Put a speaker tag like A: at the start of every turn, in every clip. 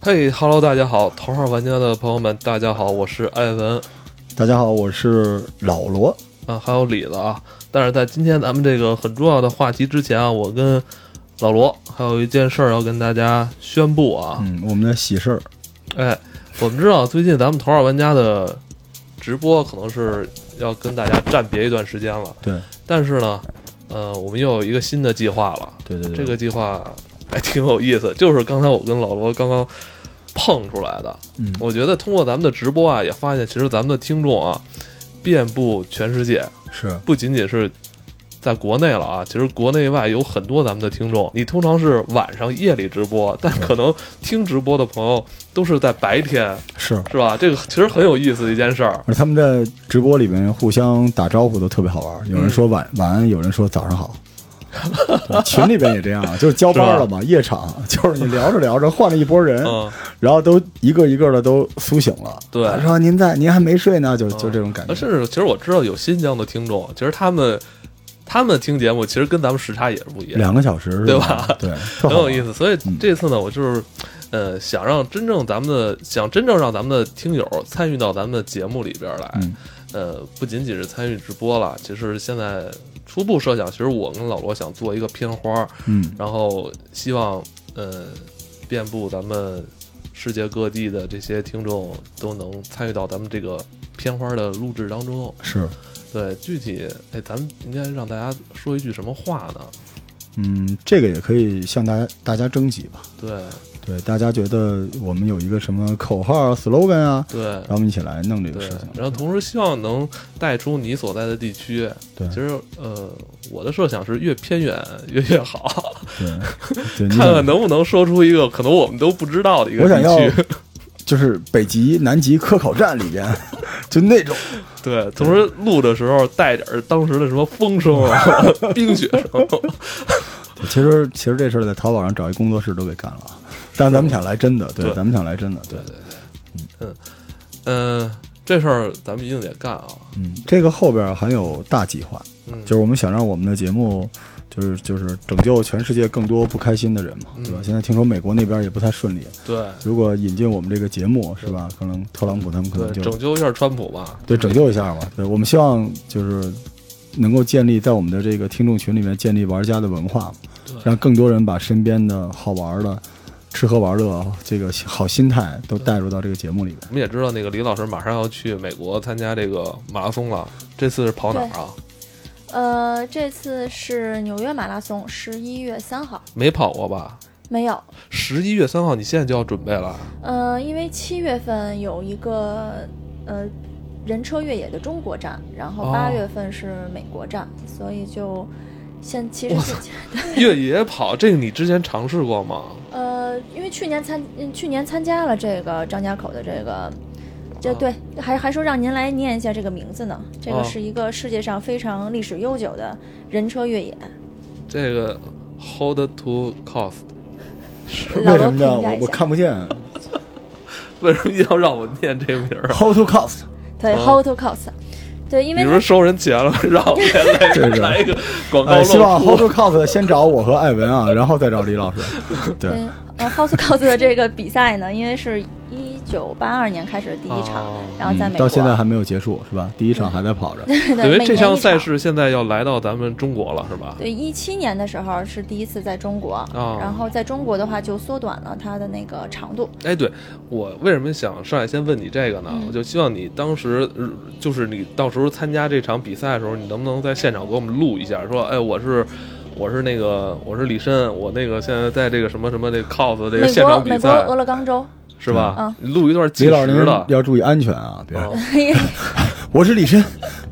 A: 嘿哈喽，大家好，头号玩家的朋友们，大家好，我是艾文
B: 大家好，我是老罗。
A: 啊，还有李子啊。但是在今天咱们这个很重要的话题之前啊，我跟老罗还有一件事儿要跟大家宣布啊。
B: 嗯，我们的喜事儿，嗯
A: 哎，我们知道最近咱们头号玩家的直播可能是要跟大家暂别一段时间了，
B: 对
A: 但是呢，呃，我们又有一个新的计划了。
B: 对对对，
A: 这个计划还挺有意思，就是刚才我跟老罗刚刚碰出来的。
B: 嗯
A: 我觉得通过咱们的直播啊，也发现其实咱们的听众啊，遍布全世界，
B: 是
A: 不仅仅是在国内了啊，其实国内外有很多咱们的听众。你通常是晚上夜里直播，但可能听直播的朋友都是在白天，
B: 是，
A: 是吧？这个其实很有意思的一件事儿。
B: 而他们在直播里面互相打招呼都特别好
A: 嗯
B: 玩，有人说晚、晚安，有人说早上好。 对群里边也这样，就是交班了嘛，夜场 就是你聊着聊着换了一波人，
A: 嗯，
B: 然后都一个一个的都苏醒了，
A: 对嗯啊
B: 啊说您在，您还没睡呢，就就这种感觉，
A: 甚至其实我知道有新疆的听众，其实他们他们听节目其实跟咱们时差也是不一样。
B: 两个小时是
A: 对吧？
B: 对，特
A: 很
B: 好
A: 有
B: 玩嗯
A: 意。思。所以这次呢，我就是，呃，想让真正咱们的，想真正让咱们的听友参与到咱们的节目里边来。
B: 嗯
A: 呃，不仅仅是参与直播了，其实现在初步设想，其实我跟老罗想做一个片花，
B: 嗯，
A: 然后希望呃，遍布咱们世界各地的这些听众都能参与到咱们这个片花的录制当中。
B: 是，
A: 对，具体哎，咱们应该让大家说一句什么话呢？
B: 嗯，这个也可以向大家大家征集吧。
A: 对
B: 对，大家觉得我们有一个什么口号啊、slogan 啊，
A: 对
B: 然，后我们一起来弄这个
A: 对
B: 事情，。
A: 然后同时希望能带出你所在的地区。
B: 对
A: 其实呃，我的设想是越偏远越越好，
B: 对，对，你
A: 看看
B: 想
A: 能不能说出一个可能我们都不知道的一个
B: 我想要
A: 地区。
B: 就是北极、南极科考站里 边，就那种，
A: 对，同时录的时候带点儿当时的什么风声啊、 冰雪声。
B: 其实其实这事儿在淘宝上找一工作室都给干了啊，但咱们想来真的，对，
A: 对
B: 咱们想来真的，对，
A: 嗯、这事儿咱们一定得干啊。
B: 嗯，这个后边还有大计划，
A: 嗯，
B: 就是我们想让我们的节目。就是就是拯救全世界更多不开心的人嘛，
A: 嗯
B: 对吧？现在听说美国那边也不太顺利，
A: 对
B: 如果引进我们这个节目，是吧？可能特朗普他们可能
A: 对，
B: 就
A: 拯救一下川普吧。
B: 对，拯救一下嘛。对，我们希望就是能够建立在我们的这个听众群里面建立玩家的文化嘛
A: 对，
B: 让更多人把身边的好玩的、吃喝玩乐这个好心态都带入到这个节目里面。
A: 我们也知道那个李老师马上要去美国参加这个马拉松了，这次是跑哪儿啊？
C: 呃，这次是纽约马拉松，十一月三号
A: 没跑过吧？
C: 没有。
A: 十一月三号，你现在就要准备了。
C: 呃，因为七月份有一个呃人车越野的中国站，然后八
A: 哦
C: 月份是美国站，所以就现其实
A: 哇
C: 是
A: 越野跑这个你之前尝试过吗？
C: 呃，因为去年参嗯去年参加了这个张家口的这个。这
B: 啊
A: 哦
C: 对，还还说让您来念一下这个名字呢。这
A: 哦
C: 个是一个世界上非常历史悠久的人车越野。
A: 这个 hold to cost，
C: 老
B: 为
C: 罗
B: 什么呢？
C: 评价
B: 我
C: 一
B: 我
C: 下。
B: 看不见。
A: 为什么一定要让我念这名儿啊？
B: How to cost？
C: 对、
B: 啊
A: 哦
C: h o w to cost。对，因
A: 你
C: 为
A: 不是收人钱了，让我来
B: 这是
A: 来一个广告
B: 哎，
A: 露
B: 希望 How
A: 出。
B: to cost 先找我和艾文啊，然后再找李老 师。对，
C: 嗯，呃 House Calls 的这个比赛呢，因为是一九八二年开始的第一场，
A: 哦
C: 然后在
B: 嗯
C: 美国，嗯
B: 到现在还没有结束是吧？第一场还在跑着。
C: 对
A: 因
C: 对，
A: 为这项
C: 项
A: 赛，事现在要来到咱们中国了，是吧？
C: 对一七年的时候是第一次在中国，
A: 哦
C: 然后在中国的话就缩短了它的那个长度，
A: 哎，对我为什么想上来先问你这个呢？
C: 嗯
A: 我就希望你当时呃就是你到时候参加这场比赛的时候，你能不能在现场给我们录一下？说，哎，我是我是那个我是李申，我那个现在在这个什么什么这个 cos 这个
C: 美
A: 现
C: 国
A: 场比
C: 美国
A: 赛
C: 俄勒 冈州，
A: 是吧？
C: 嗯
A: 你录一段计
B: 李老师
A: 时
B: 您
A: 的。
B: 要注意安全啊！别，
A: 啊
B: 我是李申，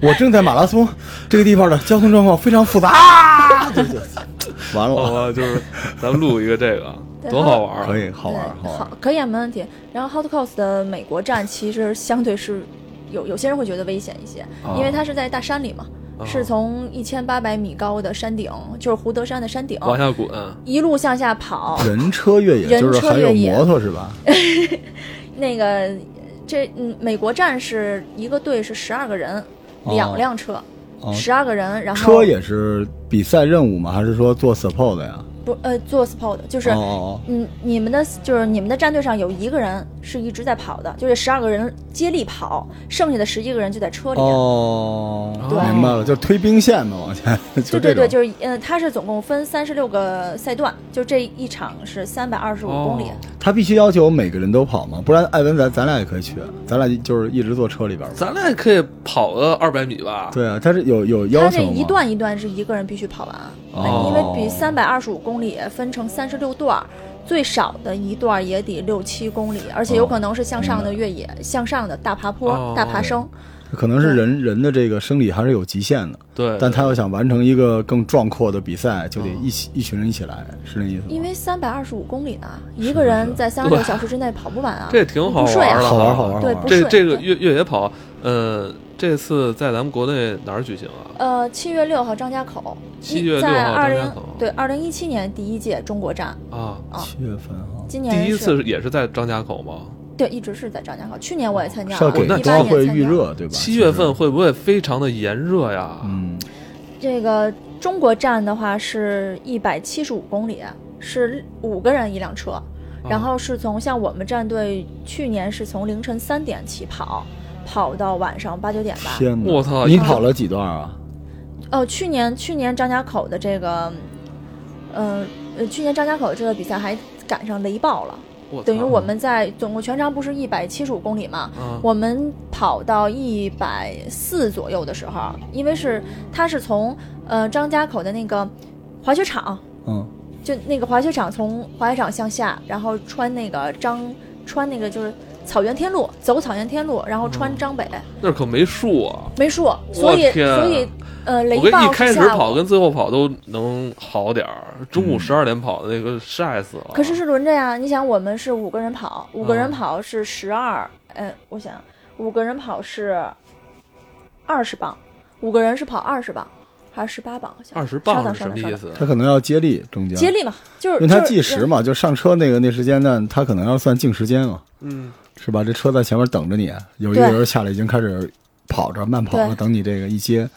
B: 我正在马拉松这个地方的交通状况非常复杂啊！对对，完
A: 好
C: 哦
B: 了，
A: 吧，就是咱们录一个这个，
C: 对
A: 多好玩儿！啊
B: 可以，好玩，
C: 对
B: 玩。
C: 可以啊，没问题。然后 Hot Cross 的美国站其实相对是有有些人会觉得危险一些，
A: 哦
C: 因为它是在大山里嘛，
A: 哦
C: 是从一千八百米高的山顶，就是胡德山的山顶，
A: 往下滚，
C: 一路向下 跑，
B: 人车越野
C: 人
B: 就是
C: 车
B: 还
C: 越
B: 有
C: 野
B: 摩托是吧？
C: 那个这嗯，美国站是一个队是十二个人，
B: 哦
C: 两辆车，
B: 哦
C: 十二个人，然后
B: 车也是比赛任务吗？还是说做 support 的呀？
C: 不呃做 sport 就是。
B: 哦，
C: 嗯，你们的就是你们的战队上有一个人是一直在跑的，就是十二个人接力跑，剩下的十一个人就在车里。
B: 哦，
A: 对
B: 明白了，就是推兵线嘛，往前，就这种
C: 对对对，。就是呃，它是总共分三十六个赛段，就这一场是三百二十五公里。
A: 哦
B: 他必须要求每个人都跑嘛，不然艾文咱咱俩也可以去，咱俩就是一直坐车里边嘛。
A: 咱俩也可以跑个二百米吧？
B: 对啊，他是有有要
C: 它这
B: 求吗？
C: 一段一段是一个人必须跑完，啊
B: 哦
C: 因为比三百二十五公里分成三十六段儿，最少的一段儿也得六七公里，而且有可能是向上的越野、向上的大爬坡、
A: 哦
C: 大爬升。
B: 可能是人人的这个生理还是有极限的，
A: 对，
B: 但他要想完成一个更壮阔的比赛，就得一起、一群人一起来，是那意思吗？
C: 因为三百二十五公里呢，一个人在三十六
A: 对
C: 小时之内跑不完啊。
A: 这挺好
C: 不睡
A: 玩
C: 啊
A: 的，
B: 好玩好玩
C: 对
B: 好玩
C: 不
A: 这
C: 睡
A: 这个
C: 对
A: 越越野跑，呃，这次在咱们国内哪儿举行啊？
C: 呃，七月六号张家口，
A: 7月
C: 一在
A: 6号
C: 二
A: 张家
C: 零
A: 口
C: 对二零一七年第一届中国站，
A: 啊，
C: 啊
B: 七月份啊，
C: 今年
A: 第一
C: 是
A: 次也是在张家口吗？
C: 对一直是在张家口，去年我也参加
B: 是要
C: 了，
B: 给
A: 哦那
C: 一
B: 冬
C: 八
B: 奥
C: 年
B: 会
C: 参
B: 预
C: 加了。
B: 热对吧？
A: 七月份会不会非常的炎热呀
B: 其实，？嗯，
C: 这个中国站的话是一百七十五公里，是五个人一辆
A: 啊
C: 车，然后是从像我们战队去年是从凌晨三点起跑，跑到晚上八九点吧。
B: 天哪！
A: 我操
B: 你跑了几段啊？
C: 哦，去年去年张家口的这个，呃呃，去年张家口这个比赛还赶上雷暴了，
A: 我操
C: 等于我们在总共全长不是一百七十五公里嘛，
A: 啊
C: 我们跑到一百四左右的时候，因为是它是从呃张家口的那个滑雪场，
B: 嗯，
C: 就那个滑雪场从滑雪场向下，然后穿那个张穿那个就是草原天路，走草原天路，然后穿张北、
A: 那儿可没树啊。
C: 没树，所
A: 我
C: 以
A: 天啊
C: 所以呃雷
A: 我跟
C: 暴
A: 你
C: 是
A: 一开始
C: 下午
A: 跑跟最后跑都能好点儿，中
B: 嗯
A: 午十二点跑的那个晒死了。
C: 可是是轮着呀，你想我们是五个人跑，五个人
A: 哦嗯
C: 跑是十二、呃，我想五个人跑是二十磅，五个人是跑二十磅还是十八磅？好像
A: 二十
C: 稍
A: 磅
C: 等
A: 是什么
C: 稍等
A: 意
C: 稍
A: 思？嗯
B: 他可能要接力中间，
C: 等接，力嘛，就是
B: 因为他
C: 就是
B: 计时嘛，就上车那个那时间段，他可能要算净时间嘛，
A: 嗯，
B: 是吧？这车在前面等着你，有一个
C: 对
B: 人下来已经开始跑着慢跑了，
C: 对
B: 等你这个一接，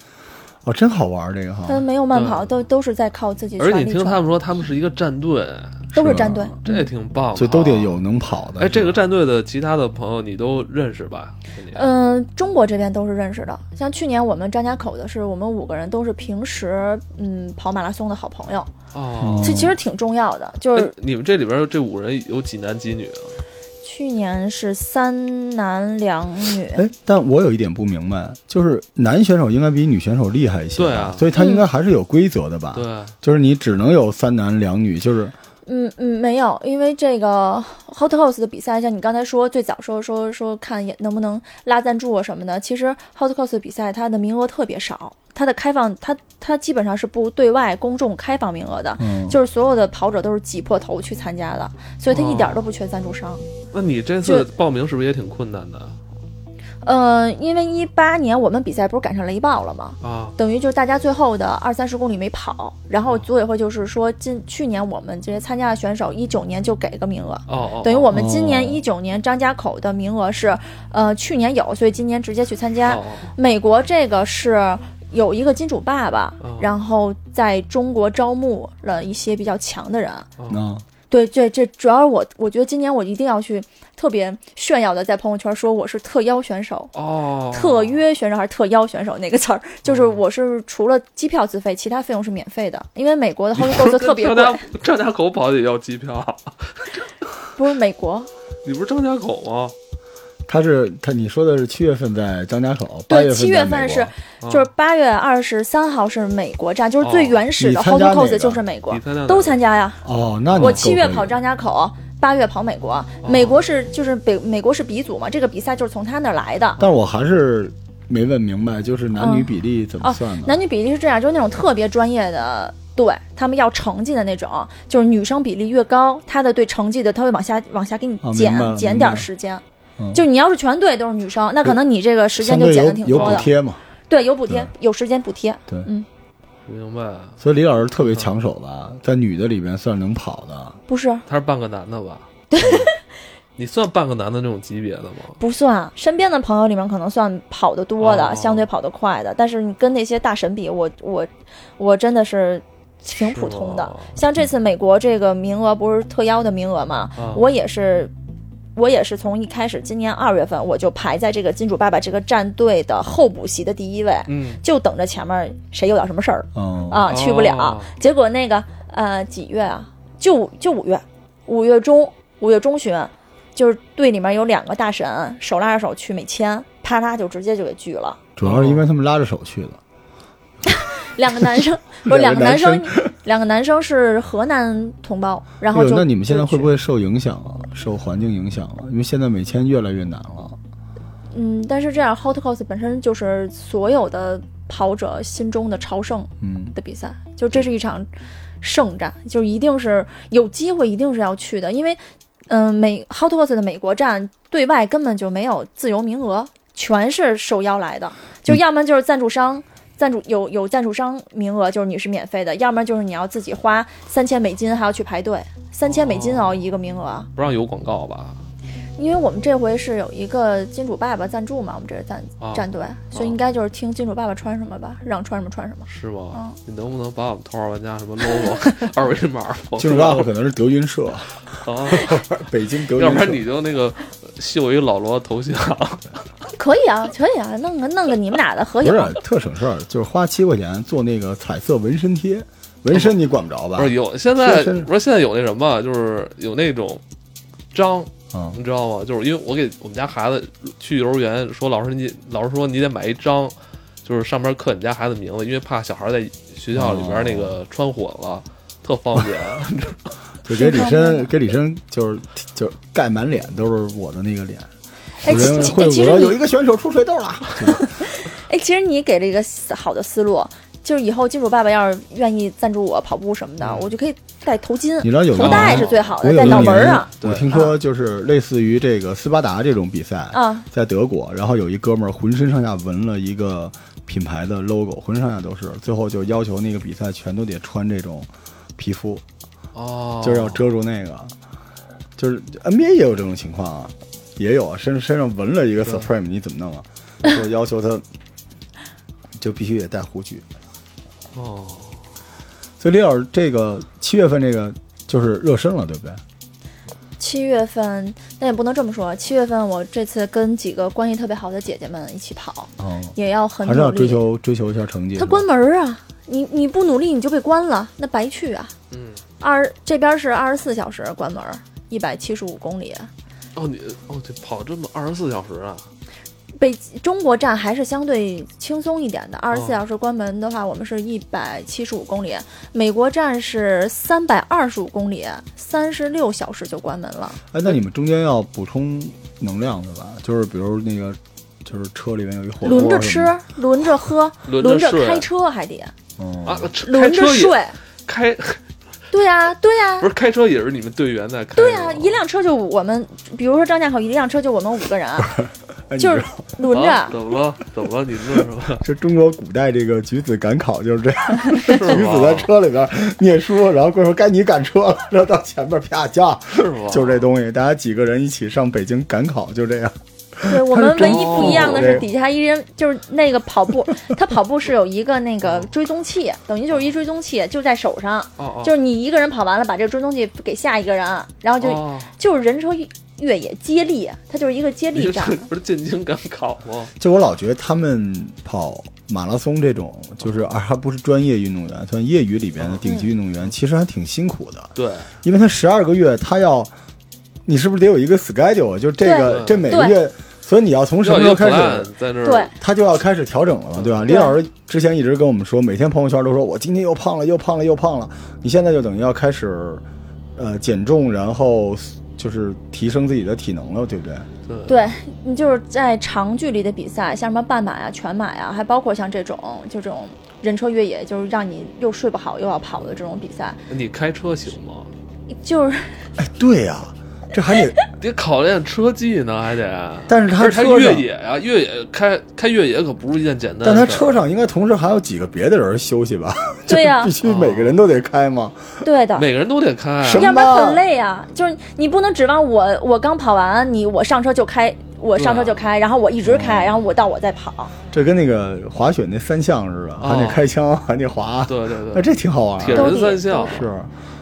B: 哦，真好玩儿这个
C: 他
B: 哈，
C: 没有慢跑，都都是在靠自己
A: 嗯
C: 全
A: 而且
C: 力
A: 你听他
C: 冲，
A: 们说，他们是一个战队，
C: 都
B: 是吧
C: 是战队。
A: 这也挺棒的啊。
B: 就嗯都得有能跑的。
A: 哎，这
B: 是吧
A: 个战队的其他的朋友你都认识吧？
C: 嗯、中国这边都是认识的。像去年我们张家口的是我们五个人都是平时嗯跑马拉松的好朋友，
B: 嗯
A: 哦，
C: 这其实挺重要的。就
A: 哎
C: 是
A: 你们这里边这五人有几男几女啊？
C: 去年是三男两女，
B: 哎，但我有一点不明白，就是男选手应该比女选手厉害一些吧，
A: 对啊嗯
B: 所以他应该还是有规则的吧？
A: 对，
B: 就是你只能有三男两女，就是
C: 嗯嗯，没有，因为这个 Hot Cos 的比赛，像你刚才说，最早说说说看也能不能拉赞助啊什么的。其实 Hot Cos 的比赛它的名额特别少，它的开放它它基本上是不对外公众开放名额的，
B: 嗯，
C: 就是所有的跑者都是挤破头去参加的，所以它一点儿
A: 哦
C: 都不缺赞助商。
A: 那你这次报名是不是也挺困难的啊
C: 嗯，因为一八年我们比赛不是赶上雷暴了吗？
A: 啊？
C: 等于就是大家最后的二三十公里没跑，然后组委会就是说，今去年我们这些参加的选手，一九年就给个名额，
A: 哦哦，
C: 等于我们今
B: 哦
C: 年一九年张家口的名额是，呃，去年有，所以今年直接去参加。
A: 哦
C: 美国这个是有一个金主爸爸，
A: 哦
C: 然后在中国招募了一些比较强的人。
A: 哦
B: 啊，
C: 对，这这主要是我，我觉得今年我一定要去特别炫耀的在朋友圈说我是特邀选手。
A: 哦，
C: 特约选手还是特邀选手那个词 儿，就是我是除了机票自费，其他费用是免费的，因为美国的 h o l
A: 你
C: y
A: 不
C: Ghost
A: 是
C: 特
A: 跟
C: 别
A: 张
C: 贵，
A: 家 张家口跑也要机票？啊
C: 不是美国，
A: 你不是张家口吗？
B: 他是他你说的是七月份在张家口，八
C: 对
B: 月份
C: 七月
B: 在美国
C: 份是
A: 啊
C: 就是八月二十三号是美国站，就是最原始的
B: 哦
C: h
B: 你参
C: o t
B: 加
C: o
B: 哪
C: Cos
B: 个
C: 就是美国
A: 你参加哪，个
C: 都参加呀。
B: 哦，那你
C: 我
B: 够
C: 七月
B: 可以
C: 跑张家口，八月跑美
A: 哦
C: 国。美国是就是北美国是鼻祖嘛，这个比赛就是从他那儿来的。
B: 但我还是没问明白，就是男女
C: 嗯
B: 比例怎么
C: 哦
B: 算的？
C: 男女比例是这样，就是那种特别专业的队，他们要成绩的那种，就是女生比例越高，他的对成绩的他会往下往下给你
B: 哦
C: 减
B: 明白了
C: 减
B: 明白了
C: 点时间
B: 嗯。
C: 就你要是全队都是女生，那可能你这个时
B: 相
C: 间就
B: 对
C: 减
B: 有
C: 的挺
B: 有
C: 多
B: 补
C: 的。
B: 贴嗯嘛，
C: 对，有补贴
B: 对，
C: 有时间补贴。
B: 对
C: 嗯，
A: 明白，
B: 所以李老师特别抢手吧，在女的里边算是能跑的。
C: 不是
A: 他是半个男的 吧？你算半个男的那种级别的吗？
C: 不算，身边的朋友里面可能算跑得多的，
A: 哦
C: 相对跑得快的。但是你跟那些大神比，我我我真的是挺普通的
A: 是吗。
C: 像这次美国这个名额不是特邀的名额嘛，
A: 啊
C: 我也是。我也是从一开始，今年二月份我就排在这个金主爸爸这个战队的候补席的第一位，
A: 嗯
C: 就等着前面谁有点什么事儿
B: 嗯
C: 啊，去不了。
A: 哦
C: 结果那个呃几月啊？就五就五月，五月中五月中旬，就是队里面有两个大神手拉着手去美签，啪啦就直接就给拒了。
B: 主要是因为他们拉着手去的。
C: 两个男生不是
B: 两个
C: 两个
B: 男
C: 男
B: 生
C: 生，两个男生是河南同胞，然后
B: 哎呦
C: 就
B: 那你们现在会不
C: 会？
B: 会受影响啊？受环境影响啊了？因为现在美签越来越难了。啊
C: 嗯，但是这样 Hot Cos 本身就是所有的跑者心中的朝圣
B: 嗯，
C: 的比赛，就这是一场圣战，就一定是有机会一定是要去的，因为嗯、美 Hot Cos 的美国站对外根本就没有自由名额，全是受邀来的，就
B: 嗯
C: 要么就是赞助商。赞助有有赞助商名额，就是你是免费的；要么就是你要自己花三千美金，还要去排队，三千美金哦一个名额。
A: 不让有广告吧？
C: 因为我们这回是有一个金主爸爸赞助嘛，我们这是战
A: 啊
C: 战队，所以应该就是听金主爸爸穿什么吧，让穿什么穿什么。
A: 是吗？
C: 嗯
A: 你能不能把我们头号玩家什么 logo、二维码放
B: 进入大可能是德云 社，
A: 啊？
B: 北京德云社。
A: 要不然你就那个秀一老罗头 像，
C: 可以啊，可以啊，弄个弄个你们俩的合
B: 不
C: 影。
B: 是啊特省事儿，就是花七块钱做那个彩色纹身贴，纹身你管不着吧
A: 不？是有现在
B: 是是
A: 不是现在有那什么，就是有那种章，
B: 啊，
A: 你知道吗？就是因为我给我们家孩子去幼儿园，说老师你老师说你得买一张，就是上面刻你家孩子名字，因为怕小孩在学校里边那
B: 哦
A: 个穿混了，特方便。
B: 就给李
C: 健康
B: 申
C: 吗
B: 给李申就是就是盖满脸都是我的那个脸。
C: 哎，
B: 有人
C: 其其
B: 会
C: 哎其
B: 我
C: 实
B: 有一
C: 你
B: 个选手出水痘了，
C: 哎，其实你给了一个思好的思路，就是以后金主爸爸要是愿意赞助我跑步什么的，我就可以戴头巾
B: 嗯你知道有
C: 头
B: 个
C: 戴是最好的
B: 我有
C: 戴
B: 一
C: 脑
B: 年
C: 门儿啊
B: 我听说就是类似于这个斯巴达这种比赛
C: 啊。
B: 在德国，然后有一哥们儿浑身上下纹了一个品牌的 logo，浑身上下都是，最后就要求那个比赛全都得穿这种皮肤，
A: 哦，
B: 就是要遮住那个，就是 NBA 也有这种情况啊，也有啊，身身上纹了一个
A: 对
B: Supreme，你怎么弄啊？就要求他就必须得戴护具。
A: 哦，
B: 所以李老师，这个七月份这个就是热身了，对不对？
C: 七月份，但也不能这么说。七月份我这次跟几个关系特别好的姐姐们一起跑，
B: 哦，
C: 也要很
B: 还是
C: 努
B: 要追
C: 力。
B: 求追求一下成绩。
C: 他关门儿啊，你你不努力你就被关了，那白去啊。
A: 嗯，
C: 二这边是二十四小时关门，一百七十五公里。
A: 哦你哦这跑这么二十四小时啊？
C: 北中国站还是相对轻松一点的，二十
A: 哦
C: 四小时关门的话，我们是一百七十五公里；美国站是三百二十五公里，三十六小时就关门了。
B: 哎，那你们中间要补充能量对吧？就是比如那个，就是车里面有一火锅，
C: 轮着吃，，轮着喝，
A: 轮
C: 轮
A: 着睡
C: 开车还得
B: 嗯
A: 啊，车开
C: 轮着
A: 车也
C: 睡。
A: 开
C: 对呀、对呀、
A: 不是开车也是你们队员在开吗？
C: 对呀、一辆车就我们，比如说张家口一辆车就我们五 个人，
B: 哎你知道
C: 就是轮着。
A: 啊怎么了？怎么了？你乐什么？
B: 这中国古代这个举子赶考就是这样，
A: 是
B: 举子在
A: 吗？
B: 车里边念书，然后过一会儿该你赶车了，然后到前面啪架，
A: 是吗？
B: 就这东西，大家几个人一起上北京赶考，就这样。
C: 对我们唯一不一样的
B: 哦
C: 是，底下一人就是那个跑步，他跑步是有一个那个追踪器，等于就是一追踪器就在手上，
A: 哦哦，
C: 就是你一个人跑完了，把这个追踪器给下一个人，然后就、
A: 哦
C: 就是人车越野接力，它就是一个接
A: 你
C: 力战
A: 这。不是进京赶考吗？
B: 就我老觉得他们跑马拉松这种，就是而还不是专业运动员，算业余里边
A: 嗯
B: 的顶级运动员，其实还挺辛苦的，
A: 对，
B: 因为他十二个月，他要，你是不是得有一个 schedule？啊？就这个
A: 对
B: 这每个月，所以你要从什么时候开
A: 要有个
B: 始
A: ？plan 在那儿
C: 对，
B: 他就要开始调整了嘛，对吧？李
C: 对
B: 老师之前一直跟我们说，每天朋友圈都说我今天又胖了，又胖了，又胖了。你现在就等于要开始，呃，减重，然后就是提升自己的体能了，对不对？
A: 对
C: 对你就是在长距离的比赛，像什么半马呀、全马呀，还包括像这种就这种人车越野，就是让你又睡不好又要跑的这种比赛，
A: 你开车行吗？
C: 就是
B: 哎，对呀、这还得，
A: 得考验车技呢，还得。
B: 但是他
A: 而且他
B: 车
A: 越
B: 上，
A: 野啊，越野开开越野可不是一件简单的事
B: 但
A: 儿。
B: 他车上应该同时还有几个别的人休息吧？
C: 对呀、
B: 必须每个人都得开吗？
C: 对的。
A: 每个人都得开啊，
B: 什么
C: 要不然很累啊。就是你不能指望我，我刚跑完你，我上车就开，我上车就开，
A: 哦
C: 然后我一直开，然后我到我再跑。
B: 这跟那个滑雪那三项似的，还得开枪， 还得滑，
A: 哦对对
B: 哎，
A: 对，
B: 这挺好玩
A: 铁
B: 儿。
A: 人三项
C: 都
B: 是，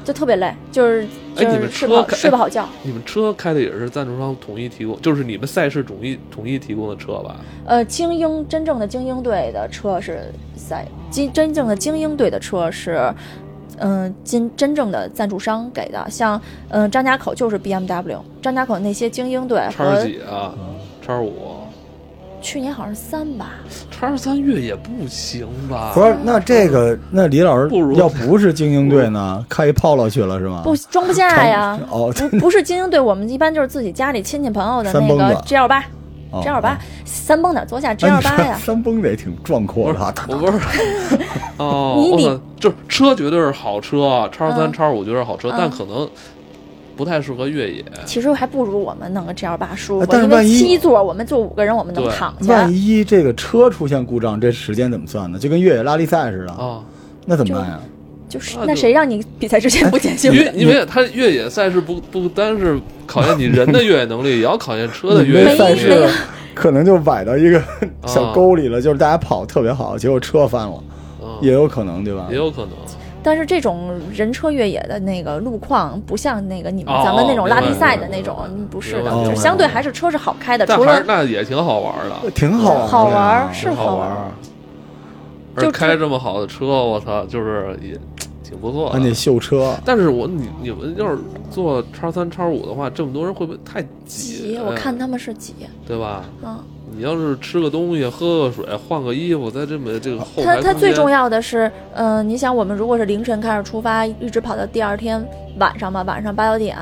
C: 就特别累，就是
A: 哎
C: 就
A: 你们
C: 是睡不好
A: 车开
C: 睡不好觉。
A: 你们车开的也是赞助商统一提供，就是你们赛事统一统一提供的车吧？
C: 呃，精英真正的精英队的车是赛精真正的精英队的车是，嗯、金真正的赞助商给的，像嗯、呃张家口就是 BMW，张家口那些精英队
A: 叉
C: 和
A: 几啊？叉五、
C: 去年好像是三吧，
B: 啊
A: 叉三越野不行吧？
B: 不是，那这个，那李老师
A: 不如
B: 要不是精英队呢，开一炮了去了是吗？。
C: 不装不下呀嗯
B: 哦，
C: 不不是精英队，我们一般就是自己家里亲戚朋友的
B: 三
C: 那
B: 蹦
C: 个
B: 子
C: G 二八
B: 哦
C: ，G 二八三蹦哪坐下 G
B: 哎
C: 二
B: 你
C: 八
B: 说
C: 呀，
B: 三蹦得挺壮阔
A: 不
B: 的
A: 是
B: 啊，，
A: 我不是， 哦，
C: 你
A: 我
C: 你
A: 操，就是车绝对是好车，叉三、
C: 嗯
A: 叉五绝对是好车，
C: 嗯
A: 但可能不太适合越野。
C: 其实还不如我们弄个 G 二八舒
B: 哎
C: 服，
B: 但是
C: 因为
B: 万一
C: 七座我们坐五个人，我们能
A: 对
C: 躺下。
B: 万一这个车出现故障，这时间怎么算呢？就跟越野拉力赛似的，
C: 哦
A: 啊，
B: 那怎么办呀？
C: 就是
A: 啊
C: 那
A: 就
C: 谁让你比赛之前不检修
A: 因
C: 的？
A: 为因为它越野赛事不不单是考 验你人的越野能力，也要考验车的
B: 你
A: 越
B: 们
A: 野
B: 那赛
A: 能
C: 没没
B: 事
A: 力
C: 有。
B: 可能就崴到一个
A: 啊
B: 小沟里了，就是大家跑特别好，结果车翻了，
A: 嗯
B: 也有可能，对吧
A: 也？有可能，
C: 但是这种人车越野的那个路况，不像那个你们
A: 哦
C: 咱们那种
A: 哦
C: 拉力
A: 明白
C: 赛
A: 明白
C: 的那种，嗯不是的
A: 明白，
C: 就
B: 明
C: 是
B: 白
C: 相对还是车是好开的，
A: 但
C: 除
A: 还是
C: 了
A: 那也挺好玩的。
B: 挺好玩的呀，
C: 好玩儿是
A: 好玩
C: 玩
A: 儿
C: 儿，
A: 而
C: 就
A: 开这么好的车，我操，就是也挺不错
B: 还得
A: 的。
B: 秀车。
A: 但是我你你们要是坐叉三叉五的话，这么多人会不会太哎
C: 挤，我看他们是挤，
A: 对吧？
C: 嗯，
A: 你要是吃个东西、喝个水、换个衣服，在这么这个后
C: 它
A: 排
C: 它最重
A: 要
C: 要的是，嗯，你想我们如果是凌晨开始出发，一直跑到第二天晚上吧，晚上八九点。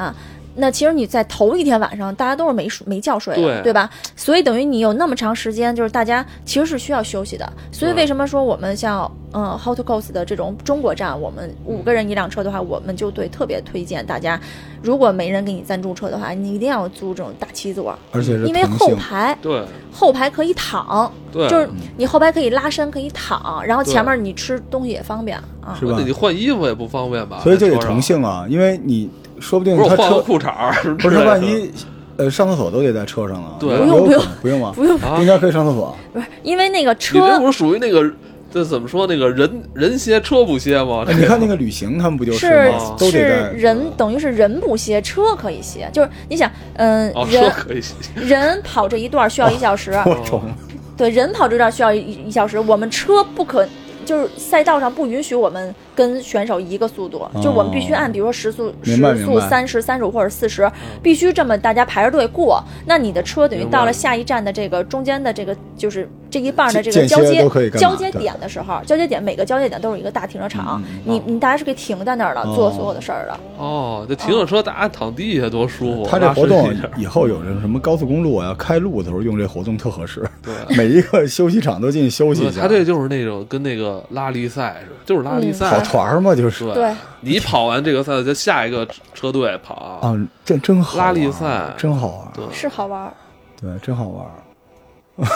C: 那其实你在头一天晚上，大家都是没睡没觉睡的，
A: 对
C: 对吧？所以等于你有那么长时间，就是大家其实是需要休息的。所以
A: 对
C: 为什么说我们像嗯 How to Coast 的这种中国站，我们五个人一辆车的话，我们就对特别推荐大家，如果没人给你赞助车的话，你一定要租这种大七座，
B: 而且是
C: 因为
B: 同
C: 后
B: 性
C: 排
A: 对
C: 后排可以躺，
A: 对，
C: 就是你后排可以拉伸，可以躺，然后
A: 对
C: 前面你吃东西也方便啊
B: 是。吧
A: 那你换衣服也不方便吧？
B: 所以就得
A: 在车上
B: 同，性啊，因为你说不定
A: 不是
B: 他
A: 我换个
B: 车
A: 裤衩儿之类的，
B: 不是万一呃上厕所都得在车上了，
A: 对
B: 有
A: 不
C: 用
B: 有
C: 不用
B: 可能不用吗？
C: 不用，
A: 啊
B: 应，该可以上厕所，
C: 不是因为那个
A: 你这
C: 车
A: 不是属于那个这怎么说那个人人歇车不歇吗？
B: 哎你看那个旅行他们不就是
C: 是
B: 吗？都
C: 是
B: 得在
A: 嗯
C: 人，等于是人不歇，车可以歇。就是你想，嗯，
A: 哦，车
C: 人
A: 可以歇，
C: 人跑这一段需要一小 时，
B: 我懂了，
C: 对，人跑这段需要一一小时，我们车不可。就是赛道上不允许我们跟选手一个速度，就我们必须按，比如说时速、
B: 哦明白
C: 时速
B: 明白嗯
C: 三十、三十五或者四十，必须这么大家排着队过。那你的车等于
A: 明白
C: 到了下一站的这个中间的这个就是这一半的这
B: 间
C: 个
B: 间
C: 交
B: 歇
C: 接
B: 都可以干嘛
C: 交接点的时候，交接点每个交接点都是一个大停车场，
B: 嗯
C: 你你大家是可以停在那儿了，做
B: 哦
C: 所有的事儿的。
A: 哦，这停了车大家躺地下多舒服，啊
B: 他这
A: 哦拉
B: 活
A: 伸
B: 动
A: 一下
B: 以后有人什么高速公路啊，要开路的时候用这活动特合适，
A: 对。
B: 每一个休息场都进去休息一
A: 嗯
B: 下。
A: 他这就是那种跟那个拉力赛似的，就是拉力
C: 嗯
A: 赛
B: 跑，团儿嘛，就是
C: 对，
A: 你跑完这个赛，再下一个车队跑
B: 啊，这真好玩
A: 拉力赛
B: 真好玩，
A: 对
C: 是好玩儿。
B: 对，真好玩。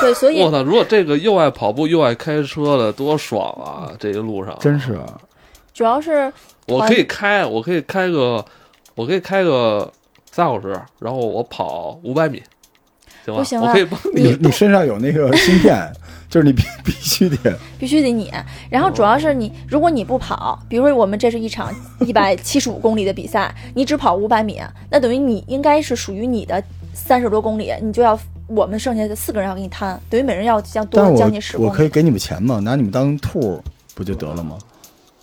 C: 对，所以
A: 我操！如果这个又爱跑步又爱开车的，多爽啊！这一路上，
B: 真是啊
C: 主要是
A: 我可以开，我可以开个，我可以开个仨小时，然后我跑五百米，行吧？
C: 不行啊
A: 我可以帮
B: 你
A: 你。
B: 你身上有那个芯片，就是你必必须得
C: 必须得你。然后
B: 哦
C: 主要是你，如果你不跑，比如说我们这是 一场一百七十五公里的比赛，你只跑五百米，那等于你应该是属于你的三十多公里，你就要我们剩下的四个人要给你摊，等于每人要将多
B: 但
C: 将近十
B: 是我
C: 公
B: 我可
C: 里。
B: 以给你们钱嘛，拿你们当兔儿不就得了吗？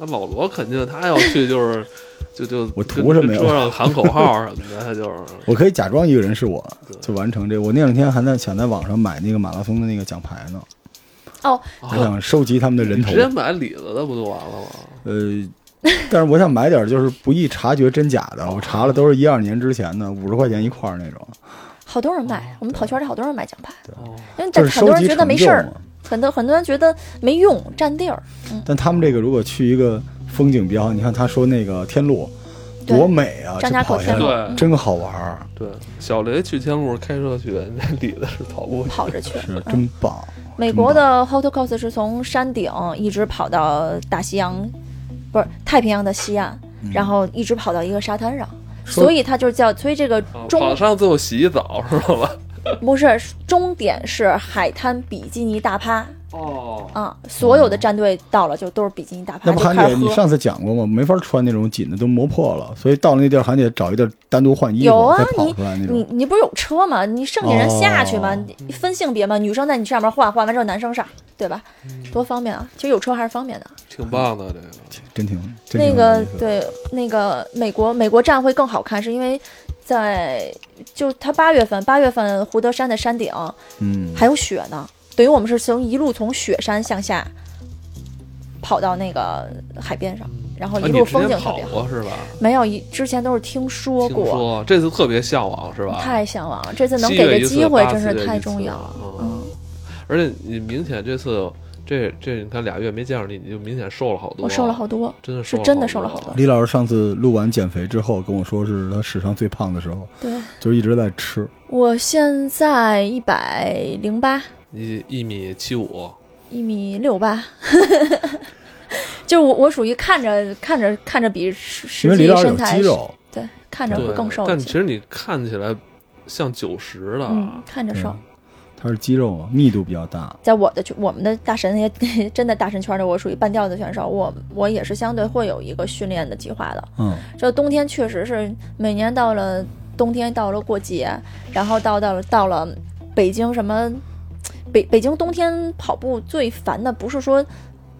A: 那老罗肯定他要去就是， 就就
B: 我
A: 跟
B: 图什么
A: 跟
B: 呀
A: 车上喊口号什么的，他 就是
B: 我可以假装一个人是我，就完成这个。我那两天还在想在网上买那个马拉松的那个奖牌呢，
C: 哦，
B: 我想收集他们的人
A: 啊你
B: 头
A: 直。接买李子的不就完了吗？
B: 呃，但是我想买点儿就是不易察觉真假的，我查了都是一二年之前的，五十块钱一块儿那种，
C: 好多人买，我们跑圈里好多人买奖牌，
A: 哦，
C: 因为
B: 就
C: 但
B: 是
C: 很
B: 收
C: 多人
B: 集
C: 觉得
B: 成
C: 没
B: 就
C: 事儿嗯
B: 嘛，。
C: 很多很多人觉得没用，占地儿。
B: 但他们这个如果去一个风景比较好，你看他说那个天路
C: 对
B: 多美啊，这
C: 张家口
B: 跑下
C: 天
A: 路
B: 来
A: 对
B: 真好玩儿，
A: 对，小雷去天路开车去，那李子是跑步去。
C: 跑着去，
B: 是
C: 嗯
B: 真棒。
C: 美国的 Hot Coast 是从山顶一直跑到大西洋，不是太平洋的西岸，然后一直跑到一个沙滩上，
B: 嗯说
C: 所以它就是叫，所以这个
A: 啊
C: 中
A: 跑上最后洗一澡是吧？
C: 不是，终点是海滩比基尼大趴
A: 哦，
C: 啊！所有的战队到了就都是比基尼大趴，
B: 哦那不
C: 就
B: 韩
C: 开
B: 姐
C: 始
B: 你
C: 喝。
B: 上次讲过吗？没法穿那种紧的，都磨破了，所以到了那地儿，韩姐找一地儿单独换衣服，
C: 有啊
B: 再，跑
C: 你
B: 出来那
C: 你
B: 种。
C: 你不是有车吗？你剩下人下去吗？
B: 哦
C: 你分性别吗？女生在你上面换，啊换完之后男生上，对吧？多方便啊！其实有车还是方便的。
A: 挺棒的这个。
C: 哦
B: 真挺真挺
C: 那
B: 有
C: 个
B: 意思的
C: 对，那个美国美国站会更好看，是因为在就它八月份，八月份胡德山的山顶
B: 嗯，
C: 还有雪呢，等于我们是从一路从雪山向下跑到那个海边上，然后
A: 啊，
C: 一
A: 你
C: 路
A: 之
C: 风景
A: 前
C: 特
A: 跑
C: 别好。
A: 过是吧？
C: 没有一之前都是听说
A: 听
C: 过，
A: 说这次特别向往是吧？
C: 太向往了，这次能
A: 七
C: 给
A: 月
C: 的
A: 一次
C: 机会
A: 八
C: 真
A: 四月
C: 是
A: 一
C: 太
A: 次
C: 重要了。
A: 嗯，而且你明显这次这这你看俩月没见着你，你就明显瘦了好多。啊
C: 我瘦了好，多，
A: 真的
C: 是
A: 瘦
C: 真的瘦了好
A: 多
C: 多。
B: 李老师上次录完减肥之后跟我说，是他史上最胖的时候，
C: 对
B: 就一直在吃。
C: 我现在一百零八，
A: 你一米七五，
C: 一米六八， 就是我我属于看着看着看着比实
B: 因为
C: 实
B: 李
C: 际
B: 老师有
C: 身材
B: 肌肉，
C: 对看着会
A: 对，
C: 更瘦
A: 但
C: 一
A: 其
C: 些，
A: 实啊你看起来像九十的，
C: 嗯，看着瘦
B: 嗯。他是肌肉嘛，密度比较大。
C: 在我的圈我们的大神那些 真的大神圈的，我属于半吊子选手，我我也是相对会有一个训练的计划的。
B: 嗯，
C: 这冬天确实是每年到了冬天，到了过节，然后到到了到了北京什么北北京冬天跑步最烦的不是说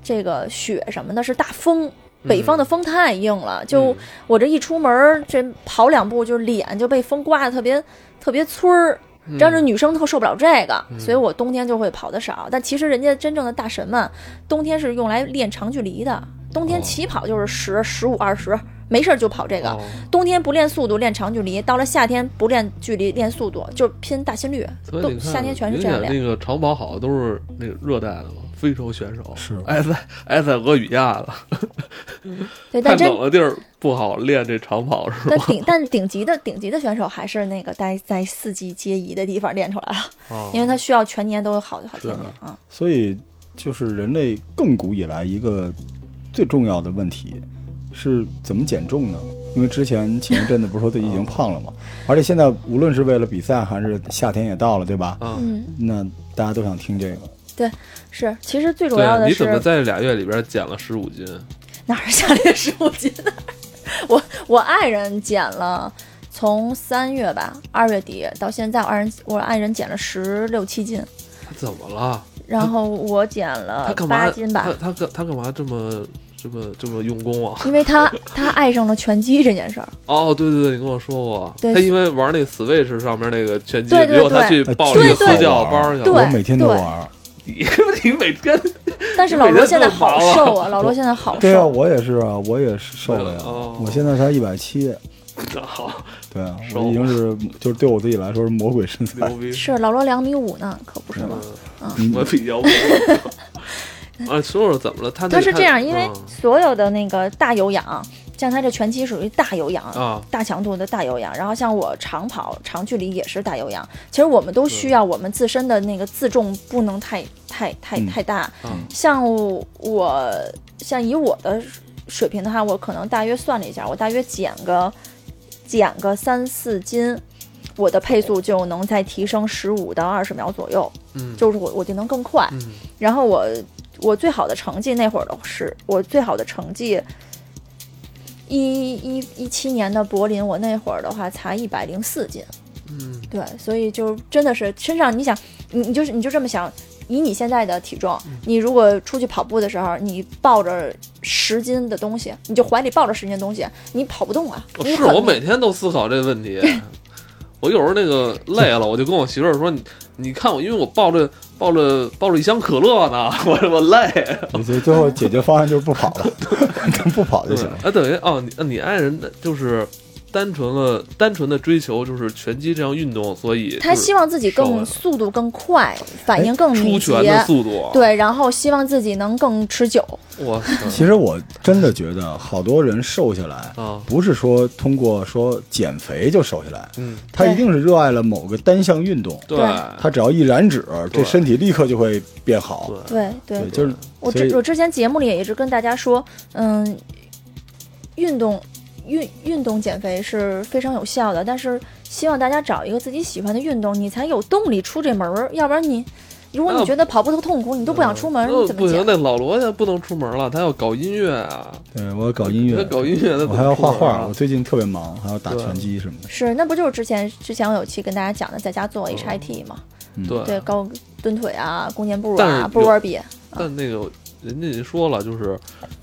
C: 这个雪什么的，是大风。北方的风太硬了，就
A: 嗯
C: 我这一出门儿，这跑两步就脸就被风刮的特别特别呲儿，
A: 嗯
C: 让这女生特受不了这个，
A: 嗯
C: 所以我冬天就会跑得少。但其实人家真正的大神们，冬天是用来练长距离的，冬天
A: 哦
C: 起跑就是十、十五、二十，没事儿就跑这个。
A: 哦
C: 冬天不练速度，练长距离；到了夏天不练距离，练速度，就拼大心率。
A: 所以你
C: 冬
A: 看，
C: 夏天全是这样
A: 明
C: 练。
A: 显那个长跑好的都是那个热带的嘛，非洲选手
B: 是
A: 埃塞埃塞俄比亚的，
C: 对，
A: 太
C: 但真
A: 冷的地儿不好练这长跑是吧？
C: 但顶但顶级的顶级的选手还是那个待在四季皆宜的地方练出来了，
A: 哦
C: 因为他需要全年都有好好
A: 是
C: 天气啊。
B: 所以就是人类亘古以来一个最重要的问题是怎么减重呢？因为之前前一阵子不是说自己
C: 嗯
B: 已经胖了嘛，而且现在无论是为了比赛还是夏天也到了，对吧？
A: 啊，
C: 嗯，
B: 那大家都想听这个。
C: 是，其实最主
A: 对
C: 要
A: 啊，
C: 的
A: 你怎么
C: 是
A: 在这俩月里边减了十五斤？
C: 哪儿下来十五斤呢？ 我我爱人减了，从三月吧，二月底到现在，我爱人我爱人减了十六七斤，
A: 他怎么了？
C: 然后我减
A: 他
C: 了
A: 干嘛？
C: 呃八斤吧
A: 他。他干他干嘛这么这么这么用功啊？
C: 因为他他爱上了拳击这件事儿，
A: 哦，对对对，你跟我说过，
C: 对
A: 他因为玩那 Switch 上面那个拳击，
C: 对对
A: 结果他去
B: 哎
C: 对
B: 呃
A: 报了一个
C: 对
A: 私教班去
C: 对
A: 了。
B: 啊我每天都玩。
A: 你你每天
C: 但是老罗现在好瘦啊，老罗现在好
B: 对啊，
C: 瘦，
B: 我也是啊，我也是瘦了呀。
A: 哦
B: 我现在才一百七，
A: 好
B: 对啊，
A: 瘦
B: 我已经是就是对我自己来说是魔鬼身材
A: 牛。 逼，
C: 是老罗两米五呢，可不是吗？
A: 嗯我比较不。 啊，说说怎么了？他那
C: 他
A: 个
C: 是这样，因为
A: 嗯
C: 所有的那个大有氧，像他这拳击属于大有氧，
A: 啊，
C: 大强度的大有氧，然后像我长跑、长距离也是大有氧。其实我们都需要我们自身的那个自重不能太太太
B: 嗯
C: 太大。
A: 嗯
C: 像我像以我的水平的话，我可能大约算了一下，我大约减个减个三四斤，我的配速就能再提升十五到二十秒左右，
A: 嗯，
C: 就是我我就能更快。
A: 嗯
C: 然后我我最好的成绩那会儿的是我最好的成绩，一一一七年的柏林，我那会儿的话才一百零四斤，
A: 嗯
C: 对，所以就真的是身上你想你你就是你就这么想，以你现在的体重，
A: 嗯
C: 你如果出去跑步的时候，你抱着十斤的东西，你就怀里抱着十斤的东西，你跑不动啊，
A: 哦
C: 你
A: 是
C: 很
A: 我每天都思考这个问题。 我有时候那个累了，我就跟我媳妇儿说：“你你看我，因为我抱着抱着抱着一箱可乐呢， 我我累。
B: 所以最后解决方案就是不跑了， 不跑”
A: 对
B: 就行了。
A: 啊，等于哦，你你爱人的就是单纯了，单纯的追求就是拳击这项运动，所以
C: 他希望自己
A: 瘦
C: 更
A: 了哎
C: 速度更快，反应更
A: 出
C: 敏
A: 拳的
C: 捷，
A: 速度。，啊嗯
C: 对，然后希望自己能更持久。
A: 我
B: 其实我真的觉得，好多人瘦下来，
A: 啊，
B: 不是说通过说减肥就瘦下来，
A: 嗯，
B: 他
C: 对
B: 一定是热爱了某个单项运动，
A: 对，
C: 对
B: 他只要一燃脂，
A: 对
B: 这身体立刻就会变好。
A: 对，
C: 对对
B: 对，就是
C: 我
B: 所以
C: 之我之前节目里也一直跟大家说，嗯，运动运运动减肥是非常有效的，但是希望大家找一个自己喜欢的运动，你才有动力出这门儿。要不然你，如果
A: 那
C: 你觉得跑步特痛苦，你都不想出门，
A: 那
C: 你怎
A: 不
C: 么
A: 行，
C: 减？
A: 那老罗现在不能出门了，他要搞音乐啊，
B: 对呃我搞音乐
A: 他，搞音乐，他怎
B: 我
A: 么
B: 还要画
A: 出门
B: 画，
A: 啊
B: 我最近特别忙，还要打
A: 对
B: 拳击什么的。
C: 是，那不就是之前之前我有期跟大家讲的，在家做 HIT 嘛？
A: 哦对
C: 对，高蹲腿啊，弓箭步
A: 但是
C: 啊，波
A: 有
C: 波比，
A: 但那个人家也说了，就是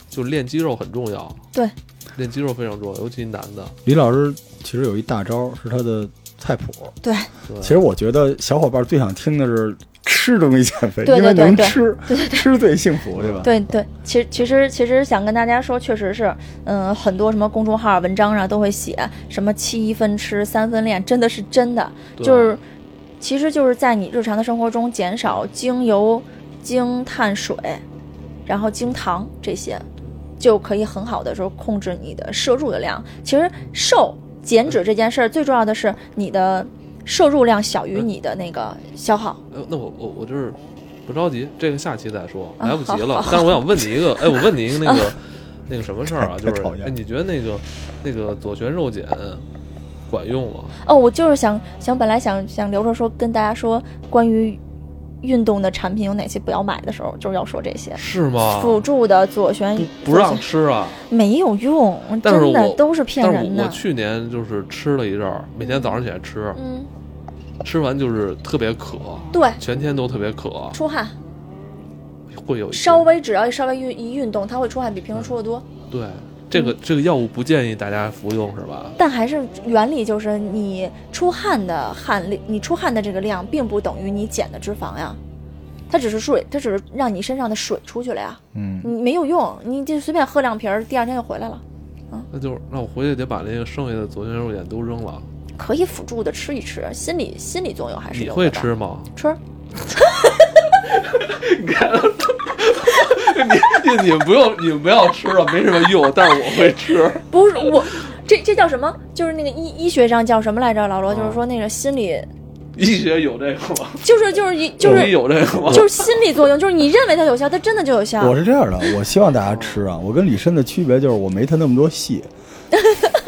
A: 就练肌肉很重要，
C: 对，
A: 练肌肉非常重要，尤其男的。
B: 李老师其实有一大招，是他的菜谱。
C: 对
A: 对
B: 其实我觉得小伙伴最想听的是吃东西减肥，
C: 对
B: 因为
C: 对对
B: 能
C: 对
B: 吃，吃最幸福，对吧？
C: 对对，其实其实其实想跟大家说，确实是，嗯、很多什么公众号啊文章上都会写什么七分吃三分练，真的是真的，
A: 对
C: 就是其实就是在你日常的生活中减少精油、精碳水，然后精糖这些，就可以很好的说控制你的摄入的量。其实瘦减脂这件事儿，最重要的是你的摄入量小于你的那个消耗。
A: 哎，那我我我就是不着急，这个下期再说，
C: 啊
A: 来不及了。
C: 好好
A: 但是我想问你一个，哎，我问你一个那 个、那个什么事儿啊？
B: 太
A: 就是
B: 讨厌了
A: 哎，你觉得那个那个左旋肉碱管用吗？
C: 哦，我就是想想，本来想想留着说跟大家说关于运动的产品有哪些不要买的时候，就是要说这些。
A: 是吗？
C: 辅助的左旋
A: 不不让
C: 左旋
A: 吃啊！
C: 没有用，
A: 但是
C: 真的
A: 我
C: 都是骗
A: 但是
C: 人
A: 我我
C: 的。
A: 去年就是吃了一阵儿，每天早上起来吃，
C: 嗯，
A: 吃完就是特别渴，
C: 对，
A: 全天都特别渴，
C: 出汗，
A: 会有一些
C: 稍微只要稍微运一运动，它会出汗比平时出的多。
A: 对这个这个药物不建议大家服用是吧？
C: 但还是原理就是你出汗的汗量，你出汗的这个量并不等于你减的脂肪呀，它只是水，它只是让你身上的水出去了呀，
B: 嗯，
C: 你没有用，你就随便喝两瓶儿，第二天就回来了。
A: 那就是那我回去得把那个剩下的左旋肉碱都扔了。
C: 可以辅助的吃一吃，心理心理作用还是
A: 你
C: 有的
A: 会
C: 吧
A: 吃吗？
C: 吃？
A: 你你们不用，你们不要吃了，没什么用，但是我会吃。
C: 不是我，这这叫什么？就是那个医医学上叫什么来着？老罗
A: 嗯
C: 就是说那个心理，
A: 医学有这个吗？
C: 就是就是一就
A: 中医
C: 是
A: 有这个吗？
C: 就是心理作用，就是你认为它有效，它真的就有效。
B: 我是这样的，我希望大家吃啊。我跟李申的区别就是我没他那么多戏，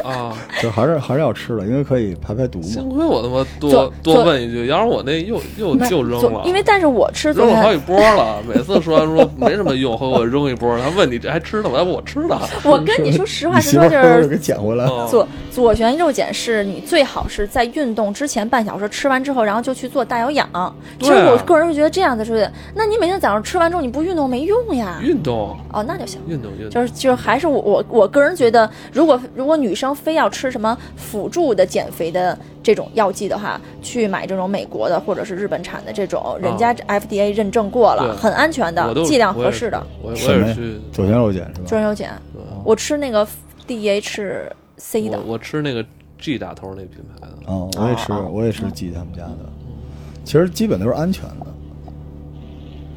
A: 啊，
B: 就还是还是要吃的，因为可以排排毒嘛
A: 幸。亏我他妈多
C: 左
A: 多
C: 左
A: 问一句，要是我那又又
C: 没
A: 就扔
C: 左
A: 了，
C: 因为但是我吃左
A: 扔了好
C: 旋，
A: 几波了。每次说完说没什么用，和我扔一波，他问你这还吃呢吗？哎我吃了。
C: 我跟你说实话
B: 你
C: 实
B: 媳妇
C: 说
B: 儿会不
C: 就
B: 会
C: 是。
B: 给捡回来？
A: 哦
C: 左左旋肉碱是你最好是在运动之前半小时吃完之后，然后就去做大有氧。其实
A: 对啊
C: 我个人是觉得这样子是，那你每天早上吃完之后你不运动没用呀。
A: 嗯运动，
C: 哦，那就行。
A: 运动，运动。
C: 就是就是还是我我我个人觉得，如果如果女生非要吃什么辅助的减肥的这种药剂的话，去买这种美国的或者是日本产的这种，人家 FDA 认证过了，
A: 啊对
C: 很安全
A: 我
C: 的
A: 都，
C: 剂量合适的。
A: 我也是我
B: 什
A: 也我也
B: 么呀
A: 去，
B: 左旋肉碱是吧？
C: 专有碱。
A: 对
C: 我吃那个 DHC 的
A: 我，我吃那个 G 打头那品牌的，
B: 哦，我也吃，
C: 哦哦
B: 我也吃鸡他们家的。其实基本都是安全的，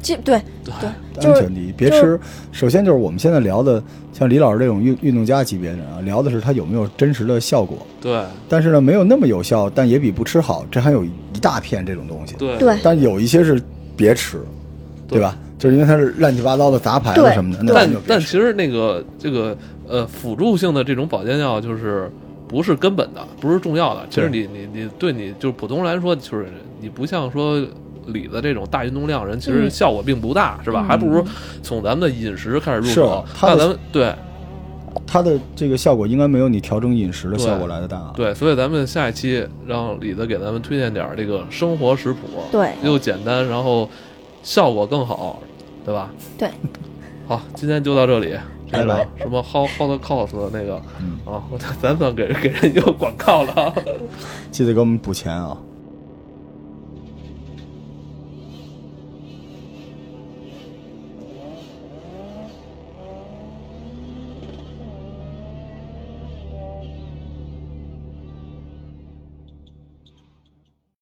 C: 这对对，
B: 安
C: 就是
B: 全第一。别
C: 就是
B: 吃，首先就是我们现在聊的，像李老师这种运运动家级别的人啊，聊的是他有没有真实的效果。
A: 对
B: 但是呢，没有那么有效，但也比不吃好。这还有一大片这种东西。
A: 对
C: 对
B: 但有一些是别吃，
A: 对
B: 对吧？就是因为它是乱七八糟的杂牌子
C: 对
B: 什么的，那咱
A: 但
B: 就别
A: 但
B: 吃
A: 其实那个这个呃辅助性的这种保健药就是不是根本的，不是重要的。其实你你你对你就是普通人来说，就是你不像说李子这种大运动量人，其实
C: 嗯
A: 效果并不大，是吧？
C: 嗯
A: 还不如从咱们的饮食开始入手
B: 是。他
A: 那
B: 的
A: 咱们对
B: 它的这个效果应该没有你调整饮食的
A: 对
B: 效果来的大。啊
A: 对，所以咱们下一期让李子给咱们推荐点儿这个生活食谱，
C: 对
A: 又简单，然后效果更好，对吧？
C: 对。
A: 好，今天就到这里。这
B: 拜
A: 个
B: 拜
A: 什么 How How the Cost 的那个
B: 嗯，
A: 啊，我咱算给人给人一个广告了啊。
B: 记得给我们补钱啊。